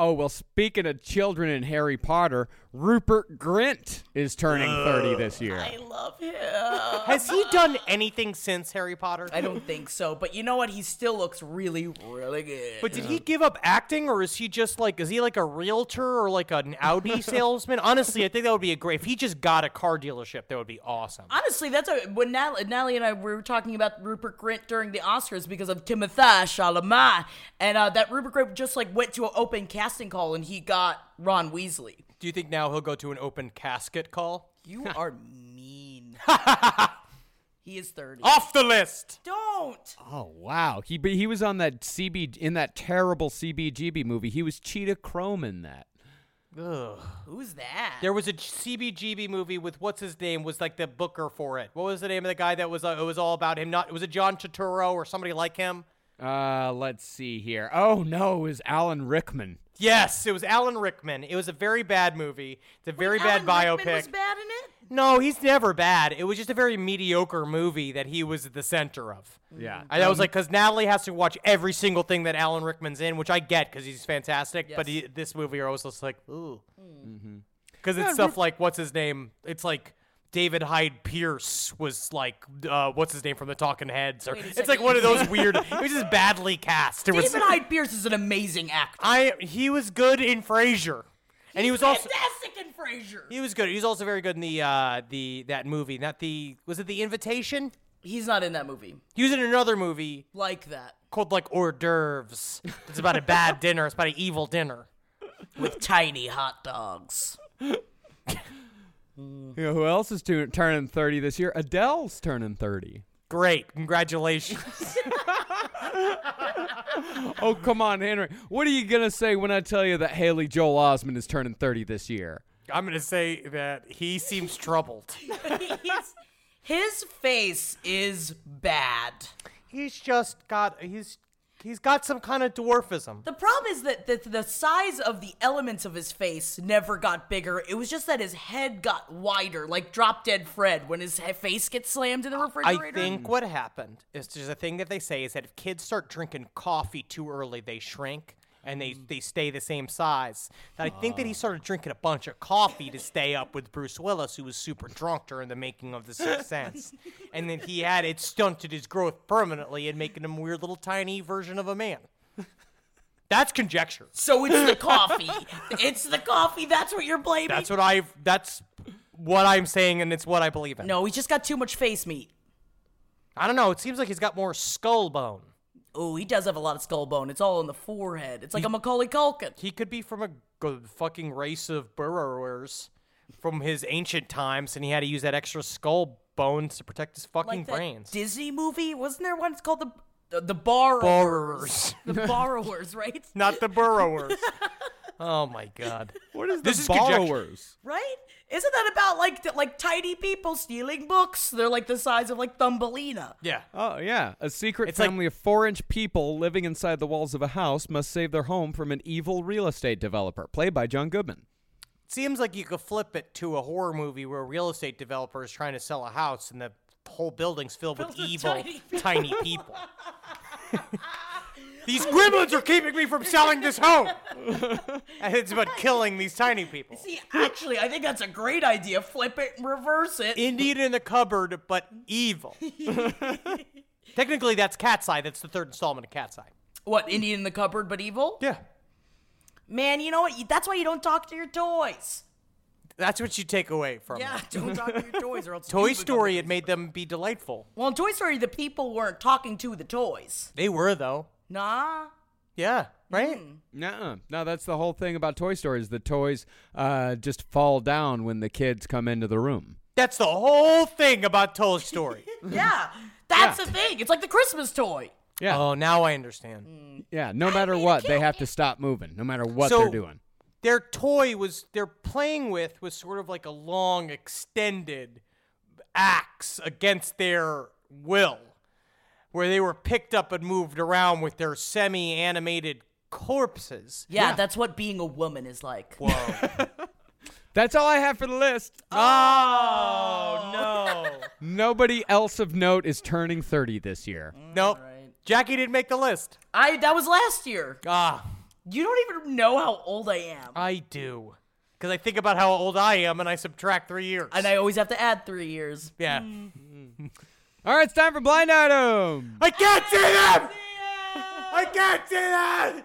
S3: Oh, well, speaking of children in Harry Potter, Rupert Grint is turning 30 this year.
S1: I love him.
S2: <laughs> Has he done anything since Harry Potter?
S1: I don't think so, but you know what? He still looks really, really good.
S2: But did he give up acting, or is he just like is he like a realtor or like an
S1: <laughs>
S2: Audi salesman? Honestly, I think that would be a great. If he just got a car dealership, that would be awesome.
S1: Honestly, that's a, when Natalie, Natalie and I we were talking about Rupert Grint during the Oscars because of Timothy Chalamet, and uh, that Rupert Grint just like went to an open casting call and he got Ron Weasley.
S2: Do you think now he'll go to an open casket call?
S1: You are mean.
S2: <laughs>
S1: he is thirty.
S2: Off the list.
S1: Don't.
S3: Oh, wow. He be- he was on that CB in that terrible CBGB movie. He was Cheetah Chrome in that.
S1: Who's that?
S2: There was a CBGB movie with what's his name was like the booker for it. What was the name of the guy that was? Uh, it was all about him. Not it was it John Turturro or somebody like him.
S3: Uh, let's see here. Oh no, it was Alan Rickman.
S2: Yes, it was Alan Rickman. It was a very bad movie. It's a very bad
S1: Alan
S2: biopic.
S1: Rickman was bad in it.
S2: No, he's never bad. It was just a very mediocre movie that he was at the center of.
S3: Yeah.
S2: And I was like, because Natalie has to watch every single thing that Alan Rickman's in, which I get because he's fantastic. But he, this movie, I was just like, ooh, because it's stuff like what's his name? It's like David Hyde Pierce was like, uh, what's his name from the Talking Heads? Or it's like one of those weird. it was just badly cast. It was.
S1: David Hyde Pierce is an amazing actor.
S2: I he was good in Frasier, and he was also
S1: Fantastic in Frasier.
S2: he was good. He was also very good in the uh, the that movie. Not the was it the Invitation?
S1: He's not in that movie.
S2: He was in another movie
S1: Like that.
S2: called like Hors d'oeuvres. It's about a bad <laughs> dinner. It's about an evil dinner.
S1: With tiny hot dogs.
S3: You know who else is tu- turning 30 this year? Adele's turning 30.
S2: Great, congratulations. <laughs>
S3: Oh, come on, Henry. What are you going to say when I tell you that Haley Joel Osment is turning 30 this year?
S2: I'm gonna say that he seems troubled.
S1: He's- his face is bad.
S2: He's just got he's he's got some kind of dwarfism.
S1: The problem is that the, the size of the elements of his face never got bigger. It was just that his head got wider, like Drop Dead Fred when his he- face gets slammed in the refrigerator.
S2: I think what happened is there's a thing that they say is that if kids start drinking coffee too early, they shrink and they, they stay the same size. That I think that he started drinking a bunch of coffee to stay up with Bruce Willis, who was super drunk during the making of The Sixth Sense, and then he had it stunted his growth permanently and making him a weird little tiny version of a man. That's conjecture.
S1: So it's the coffee. it's the coffee. That's what you're blaming.
S2: That's what I've. That's what I'm saying, and it's what I believe in.
S1: no, he's just got too much face meat.
S2: I don't know. It seems like he's got more skull bone.
S1: Oh, he does have a lot of skull bone. It's all in the forehead. It's like a Macaulay Culkin.
S2: He could be from a g- fucking race of burrowers from his ancient times, and he had to use that extra skull bones to protect his fucking
S1: Like that
S2: brains.
S1: Disney movie? Wasn't there one? It's called the the, the borrowers.
S2: Borrowers.
S1: The borrowers, right?
S2: <laughs> Not the <laughs> burrowers. oh my god.
S3: What is
S2: This
S3: the
S2: is conjecture.
S3: borrowers?
S1: Right? Isn't that about like th- like tiny people stealing books? They're like the size of like Thumbelina.
S2: Yeah.
S3: Oh, yeah. A secret
S2: It's like-
S3: family of four inch people living inside the walls of a house must save their home from an evil real estate developer, played by John Goodman.
S2: Seems like you could flip it to a horror movie where a real estate developer is trying to sell a house and the whole building's filled with evil, tiny, <laughs> people. these gremlins are keeping me from selling this <laughs> home. and it's about killing these tiny people.
S1: See, actually, I think that's a great idea. Flip it and reverse it.
S2: Indian in the cupboard, but <laughs> evil. Technically, that's Cat's Eye. That's the third installment of Cat's Eye.
S1: what, Indian in the cupboard but evil?
S2: Yeah.
S1: Man, you know what? You- That's why you don't talk to your toys.
S2: That's what you take away from
S1: Yeah,
S2: <laughs> it.
S1: don't talk to your toys or else. you
S2: Toy
S1: become-
S2: Story, it made them be delightful.
S1: Well, in Toy Story, the people weren't talking to the toys.
S2: They were, though.
S1: Nah.
S2: Yeah, right?
S3: Nuh-uh. No, that's the whole thing about Toy Story is the toys uh, just fall down when the kids come into the room.
S2: That's the whole thing about Toy <laughs> Story.
S1: Yeah, that's the thing. It's like the Christmas toy.
S3: Yeah,
S2: Oh, now I understand.
S3: yeah. No matter what, they have to stop moving, no matter what
S2: So-
S3: they're doing.
S2: Their toy was, they're playing with was sort of like a long, extended axe against their will, where they were picked up and moved around with their semi animated corpses.
S1: Yeah, that's what being a woman is like.
S2: Whoa.
S3: That's all I have for the list.
S2: Uh, oh, <laughs>
S3: Nobody else of note is turning 30 this year.
S2: no. Nope. Jackie didn't make the list.
S1: I that was last year.
S2: Ah.
S1: You don't even know how old I am.
S2: I do. Because I think about how old I am and Hmm. I subtract three years.
S1: and I always have to add three years.
S2: Yeah.
S3: All right, it's time for blind item.
S2: I can't see them! I can't see that!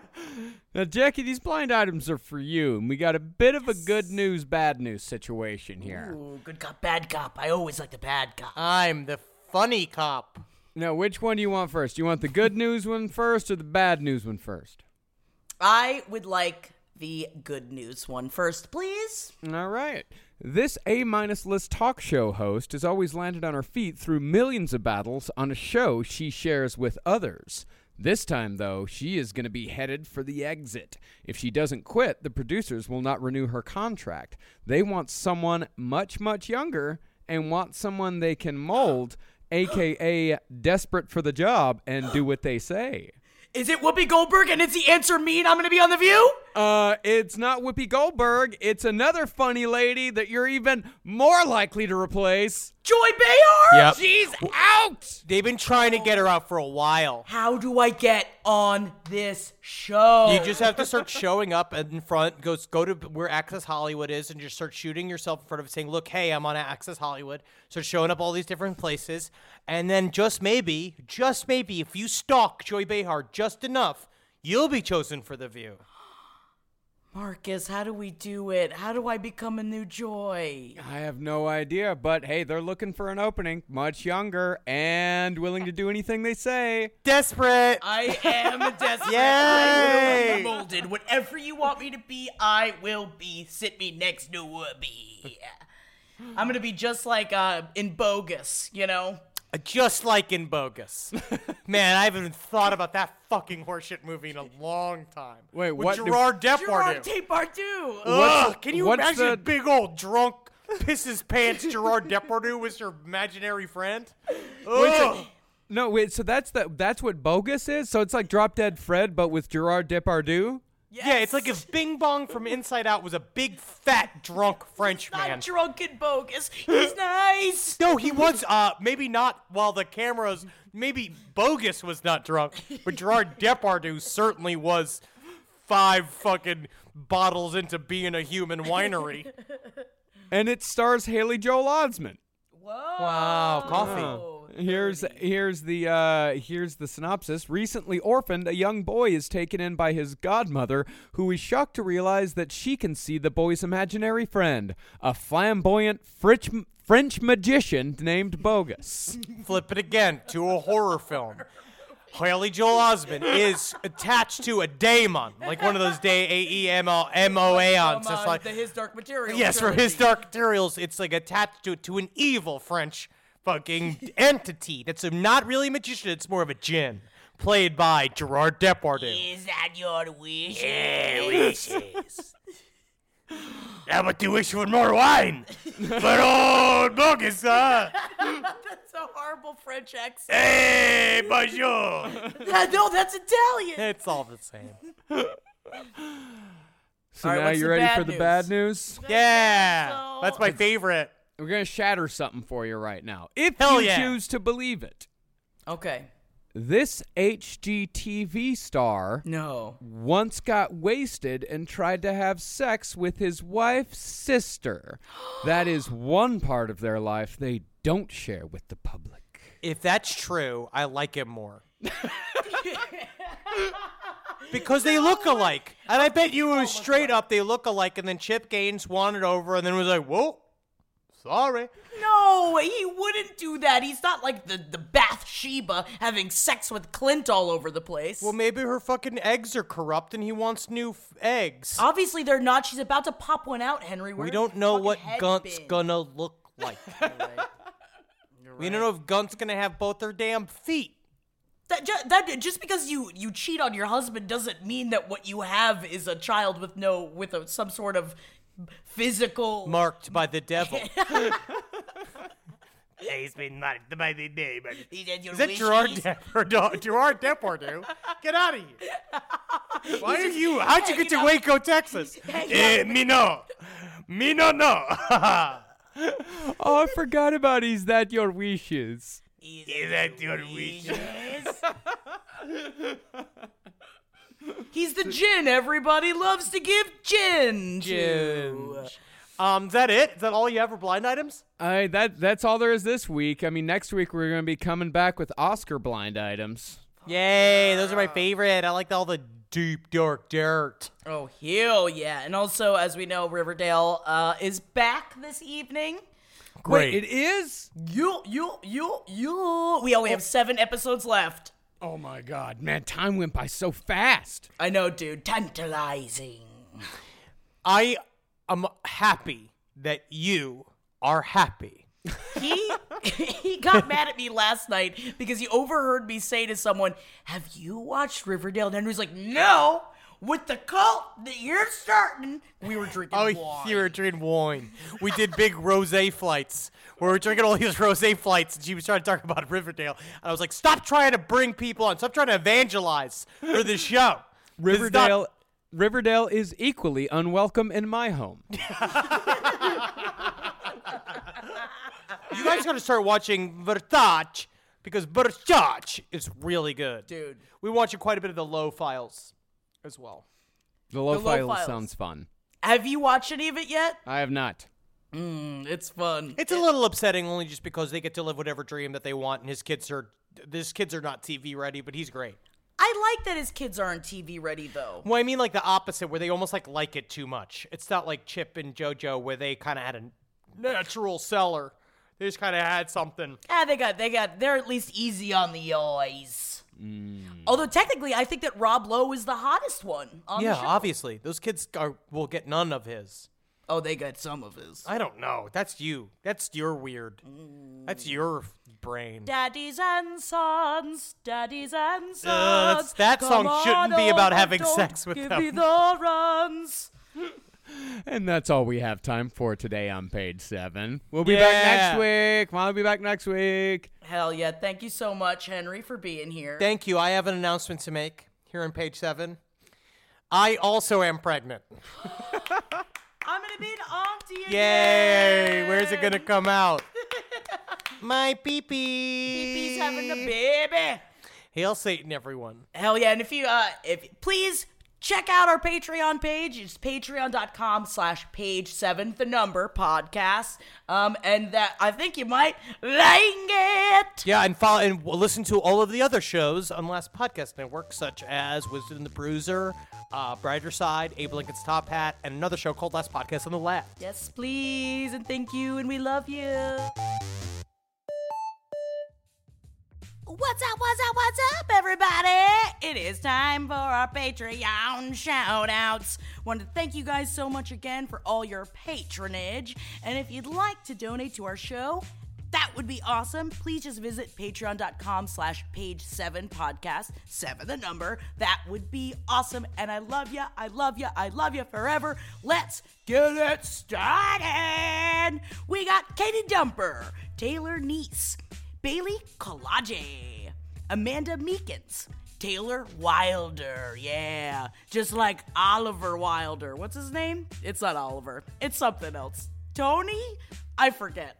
S3: Now, Jackie, these blind items are for you, and we got a bit of a good news, bad news situation here.
S1: Ooh, good cop, bad cop. I always like the bad cop.
S2: I'm the funny cop.
S3: Now, which one do you want first? Do you want the good news one first or the bad news one first?
S1: I would like the good news one first, please.
S3: All right. This A minus list talk show host has always landed on her feet through millions of battles on a show she shares with others. This time, though, she is going to be headed for the exit. If she doesn't quit, the producers will not renew her contract. They want someone much, much younger and want someone they can mold, aka desperate for the job and do what they say.
S1: Is it Whoopi Goldberg and it's the answer me and I'm going to be on The View?
S3: Uh, it's not Whoopi Goldberg. It's another funny lady that you're even more likely to replace.
S1: Joy Behar?
S2: Yep.
S3: She's out.
S2: They've been trying to get her out for a while.
S1: How do I get on this show?
S2: You just have to start showing up in front. Goes go to where Access Hollywood is, and just start shooting yourself in front of it, saying, "Look, hey, I'm on Access Hollywood." Start showing up all these different places, and then just maybe, just maybe, if you stalk Joy Behar just enough, you'll be chosen for the view.
S1: Marcus, how do we do it? How do I become a new Joy?
S3: I have no idea, but hey, they're looking for an opening, much younger and willing to do anything they say.
S2: Desperate. Uh,
S1: I am a
S2: <laughs>
S1: desperate.
S2: Yay!
S1: I will be molded. Whatever you want me to be, I will be. Sit me next to
S2: <laughs>
S1: Whoopi. I'm gonna be just like uh, in Bogus, you know.
S2: Just like in
S3: <laughs>
S2: Bogus. Man, I haven't even thought about that fucking horseshit movie in a long time.
S3: Wait,
S2: With
S3: what do-
S2: Gerard Depardieu.
S1: Gerard Depardieu.
S2: Ugh, can you
S3: what's
S2: imagine
S3: the-
S2: big old drunk pisses pants Gerard Depardieu was your imaginary friend? Ugh.
S3: No, wait. So that's the that's what bogus is. So it's like Drop Dead Fred, but with Gerard Depardieu.
S2: Yeah, it's like if Bing Bong from Inside Out was a big fat drunk French
S1: not
S2: man.
S1: drunk and Bogus. He's <laughs> nice.
S2: No, he was uh maybe not while the cameras maybe Bogus was not drunk, but Gerard Depardieu certainly was five fucking bottles into being a human winery.
S3: and it stars Haley Joel Osment.
S2: Wow, coffee.
S3: Here's here's the uh, here's the synopsis. Recently orphaned, a young boy is taken in by his godmother, who is shocked to realize that she can see the boy's imaginary friend, a flamboyant French French magician
S1: <laughs>
S3: named Bogus.
S2: flip it again to a horror film. Haley Joel Osment is attached to a daemon, like one of those day A E M O M O A ons.
S1: From,
S2: That's
S1: uh,
S2: like
S1: the His Dark Materials.
S2: yes, for
S1: trilogy.
S2: his dark materials, it's like attached to to an evil French fucking entity. That's a, not really a magician. It's more of a djinn, played by Gerard Depardieu.
S1: Is that your wish? <laughs>
S2: I would do wish for more wine, but old bogus, uh, huh?
S1: That's a horrible French
S2: <laughs>
S1: accent.
S2: Hey, bonjour.
S1: no, that's Italian.
S2: It's all the same.
S3: So
S1: All right,
S3: now
S1: what's
S3: you're
S1: the
S3: ready
S1: bad
S3: for the
S1: news?
S3: bad news.
S2: Yeah, that's my favorite.
S3: We're gonna shatter something for you right now, if
S2: Hell
S3: you
S2: yeah.
S3: choose to believe it.
S1: Okay.
S3: This HGTV star
S1: No.
S3: once got wasted and tried to have sex with his wife's sister. That <gasps> is one part of their life they don't share with the public.
S2: If that's true, I like it
S1: <laughs>
S2: more. because they look alike. And I bet you it was straight up they look alike and then Chip Gaines won it over and then was like, Whoa, sorry.
S1: No, he wouldn't do that. He's not like the, the Bathsheba having sex with Clint all over the place.
S2: Well maybe her fucking eggs are corrupt and he wants new f- eggs.
S1: Obviously, they're not. She's about to pop one out, Henry.
S2: we
S1: Where's
S2: don't
S1: your
S2: know
S1: Ah, fucking
S2: what
S1: head
S2: Gunt's
S1: been?
S2: gonna look
S1: <laughs>
S2: like. We don't know if Gunt's gonna have both their damn feet.
S1: That, ju- that just because you you cheat on your husband doesn't mean that what you have is a child with no with a, some sort of physical.
S2: Marked by
S1: <laughs>
S2: the devil. <laughs>
S1: He did your
S2: Is that
S1: wishes.
S2: Gerard <laughs> Depardieu? Gerard Depardieu? Get out of here! Why are you? How'd you get to Waco, Texas? Eh, me no, me no no. <laughs>
S3: Oh, I forgot about Is That Your Wishes?
S1: He did
S2: that your wish?
S1: wishes. He's the gin everybody loves to give gin. to.
S2: Um, is that it? Is that all you have for blind items?
S3: I that that's all there is this week. I mean, next week we're going to be coming back with Oscar blind items.
S2: Yay, those are my favorite. I like all the deep, dark dirt.
S1: Oh, hell yeah. And also, as we know, Riverdale uh, is back this evening.
S2: Great.
S3: Wait, it is?
S1: You, you, you, you. We only have seven episodes left.
S3: Oh my god, man, time went by so fast.
S1: I know, dude. Tantalizing.
S2: I am happy that you are happy.
S1: He <laughs> he got mad at me last night because he overheard me say to someone, "Have you watched Riverdale?" And Henry's like, "No." With the cult that you're starting, we were drinking
S2: Oh,
S1: wine.
S2: you were drinking wine. We did big rosé flights where we were drinking all these <laughs> rosé flights, and she was trying to talk about Riverdale, and I was like, "Stop trying to bring people on. Stop trying to evangelize for this show." This is not-
S3: Riverdale Riverdale is equally unwelcome in my <laughs> home.
S2: you guys got to start watching Versace because Versace is really good,
S1: Dude.
S2: We watch quite a bit of the low files as well.
S3: The low,
S1: Low
S3: file
S1: Files.
S3: sounds fun.
S1: Have you watched any of it yet?
S3: I have not.
S1: It's fun.
S2: It's a little upsetting only just because they get to live whatever dream that they want, and his kids are his kids are not TV ready, but he's great.
S1: I like that his kids aren't TV ready though.
S2: Well, I mean like the opposite, where they almost like like it too much. It's not like Chip and JoJo, where they kind of had a natural seller. They just kind of had something.
S1: Ah, they got they got they're at least easy on the eyes.
S2: Mm.
S1: Although technically, I think that Rob Lowe is the hottest one on
S2: yeah,
S1: the show.
S2: obviously, those kids are will get none of his.
S1: Oh, they got some of his.
S2: I don't know. That's you. That's your weird. That's your brain.
S1: Daddies and sons, daddies and sons.
S2: Uh, that's- that
S1: come
S2: song shouldn't
S1: on
S2: be about
S1: over,
S2: having
S1: don't
S2: sex with
S1: give
S2: them.
S1: me the runs.
S3: And that's all we have time for today on page seven. We'll be back next week. Mom will be back next week.
S1: Hell yeah! Thank you so much, Henry, for being here.
S2: Thank you. I have an announcement to make here on page seven. I also am pregnant.
S1: I'm gonna be an auntie again.
S2: Yay! Where's it gonna
S1: <laughs>
S2: come out? My pee-pee.
S1: He's having a baby.
S2: Hail Satan, everyone.
S1: Hell yeah. And if you uh if please check out our Patreon page. It's patreon.com slash page seven the number podcast. Um and that I think you might like it.
S2: Yeah, and follow and w- listen to all of the other shows on Last Podcast Network, such as Wisdom and the Bruiser, uh, Brighter Side, Abe Lincoln's Top Hat, and another show called Last Podcast on the Left.
S1: Yes, please, and thank you, and we love you. What's up, what's up, what's up, everybody? It is time for our Patreon shout outs. Wanted to thank you guys so much again for all your patronage. And if you'd like to donate to our show, that would be awesome. Please just visit patreon.com slash page seven podcast, seven the number. That would be awesome. And I love you. I love you. I love you forever. Let's get it started. We got Katie Dumper, Taylor Neese, Bailey Collage, Amanda Meekins, Taylor Wilder. Yeah. Just like Oliver Wilder. What's his name? It's not Oliver, it's something else. Tony? I forget.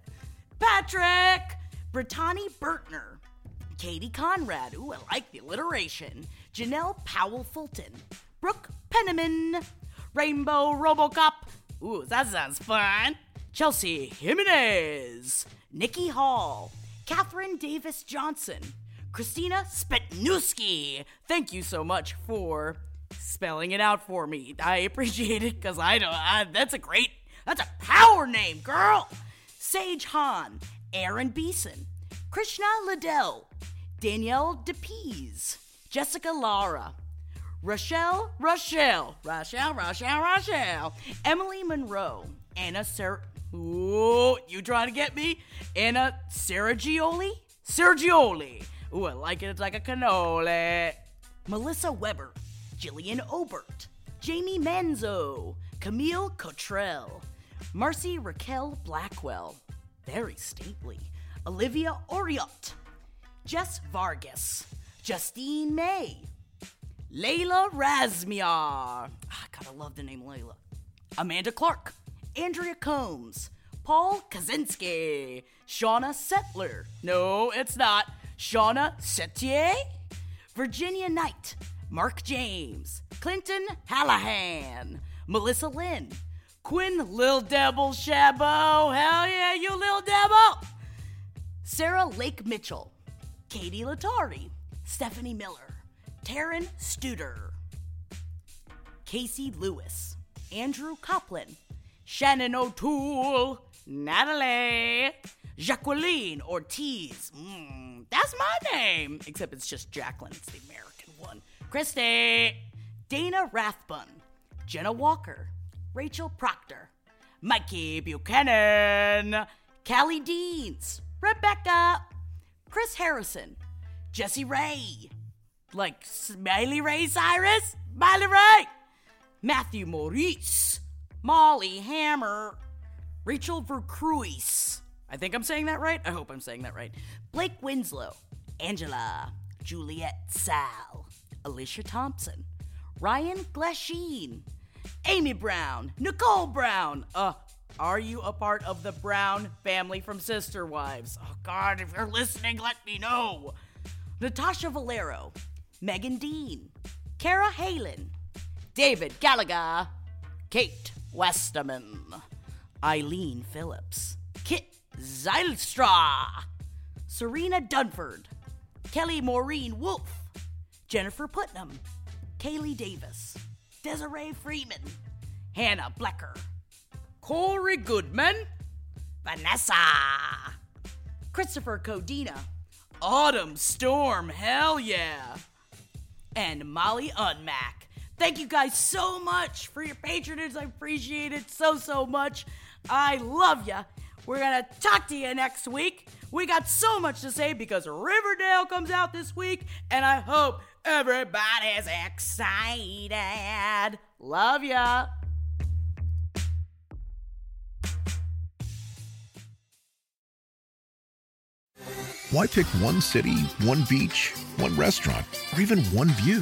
S1: Patrick, Brittany Bertner, Katie Conrad, ooh, I like the alliteration, Janelle Powell Fulton, Brooke Penniman, Rainbow Robocop, ooh, that sounds fun, Chelsea Jimenez, Nikki Hall, Catherine Davis Johnson, Christina Spetnewski. Thank you so much for spelling it out for me. I appreciate it because I don't, I, that's a great, that's a power name, girl. Sage Hahn, Aaron Beeson, Krishna Liddell, Danielle DePease, Jessica Lara, Rochelle Rochelle, Rochelle Rochelle Rochelle, Emily Monroe, Anna Ser. Ooh, you trying to get me? Anna Sergioli? Sergioli. Ooh, I like it. It's like a cannoli. Melissa Weber, Jillian Obert, Jamie Manzo, Camille Cottrell, Marcy Raquel Blackwell, very stately, Olivia Oriot, Jess Vargas, Justine May, Layla Razmiar. I gotta love the name Layla. Amanda Clark, Andrea Combs, Paul Kaczynski, Shauna Settler. No, it's not. Shauna Setier? Virginia Knight, Mark James, Clinton Hallahan, Melissa Lynn, Quinn Lil Devil Shabo, hell yeah, you Lil Devil! Sarah Lake Mitchell, Katie Latari, Stephanie Miller, Taryn Studer, Casey Lewis, Andrew Coplin, Shannon O'Toole, Natalie, Jacqueline Ortiz. Mm, that's my name, except it's just Jacqueline, it's the American one. Christy, Dana Rathbun, Jenna Walker, Rachel Proctor, Mikey Buchanan, Callie Deans, Rebecca, Chris Harrison, Jesse Ray, like Smiley Ray Cyrus, Smiley Ray, Matthew Maurice, Molly Hammer, Rachel Vercruis. I think I'm saying that right. I hope I'm saying that right. Blake Winslow, Angela, Juliet Sal, Alicia Thompson, Ryan Glasheen, Amy Brown, Nicole Brown. Uh, are you a part of the Brown family from Sister Wives? Oh God, if you're listening, let me know. Natasha Valero, Megan Dean, Kara Halen, David Gallagher, Kate Westerman, Eileen Phillips, Kit Zylstra, Serena Dunford, Kelly Maureen Wolf, Jennifer Putnam, Kaylee Davis, Desiree Freeman, Hannah Blecker, Corey Goodman, Vanessa, Christopher Codina, Autumn Storm, hell yeah, and Molly Unmack. Thank you guys so much for your patronage. I appreciate it so, so much. I love ya. We're gonna talk to you next week. We got so much to say because Riverdale comes out this week, and I hope everybody's excited. Love ya.
S5: Why pick one city, one beach, one restaurant, or even one view?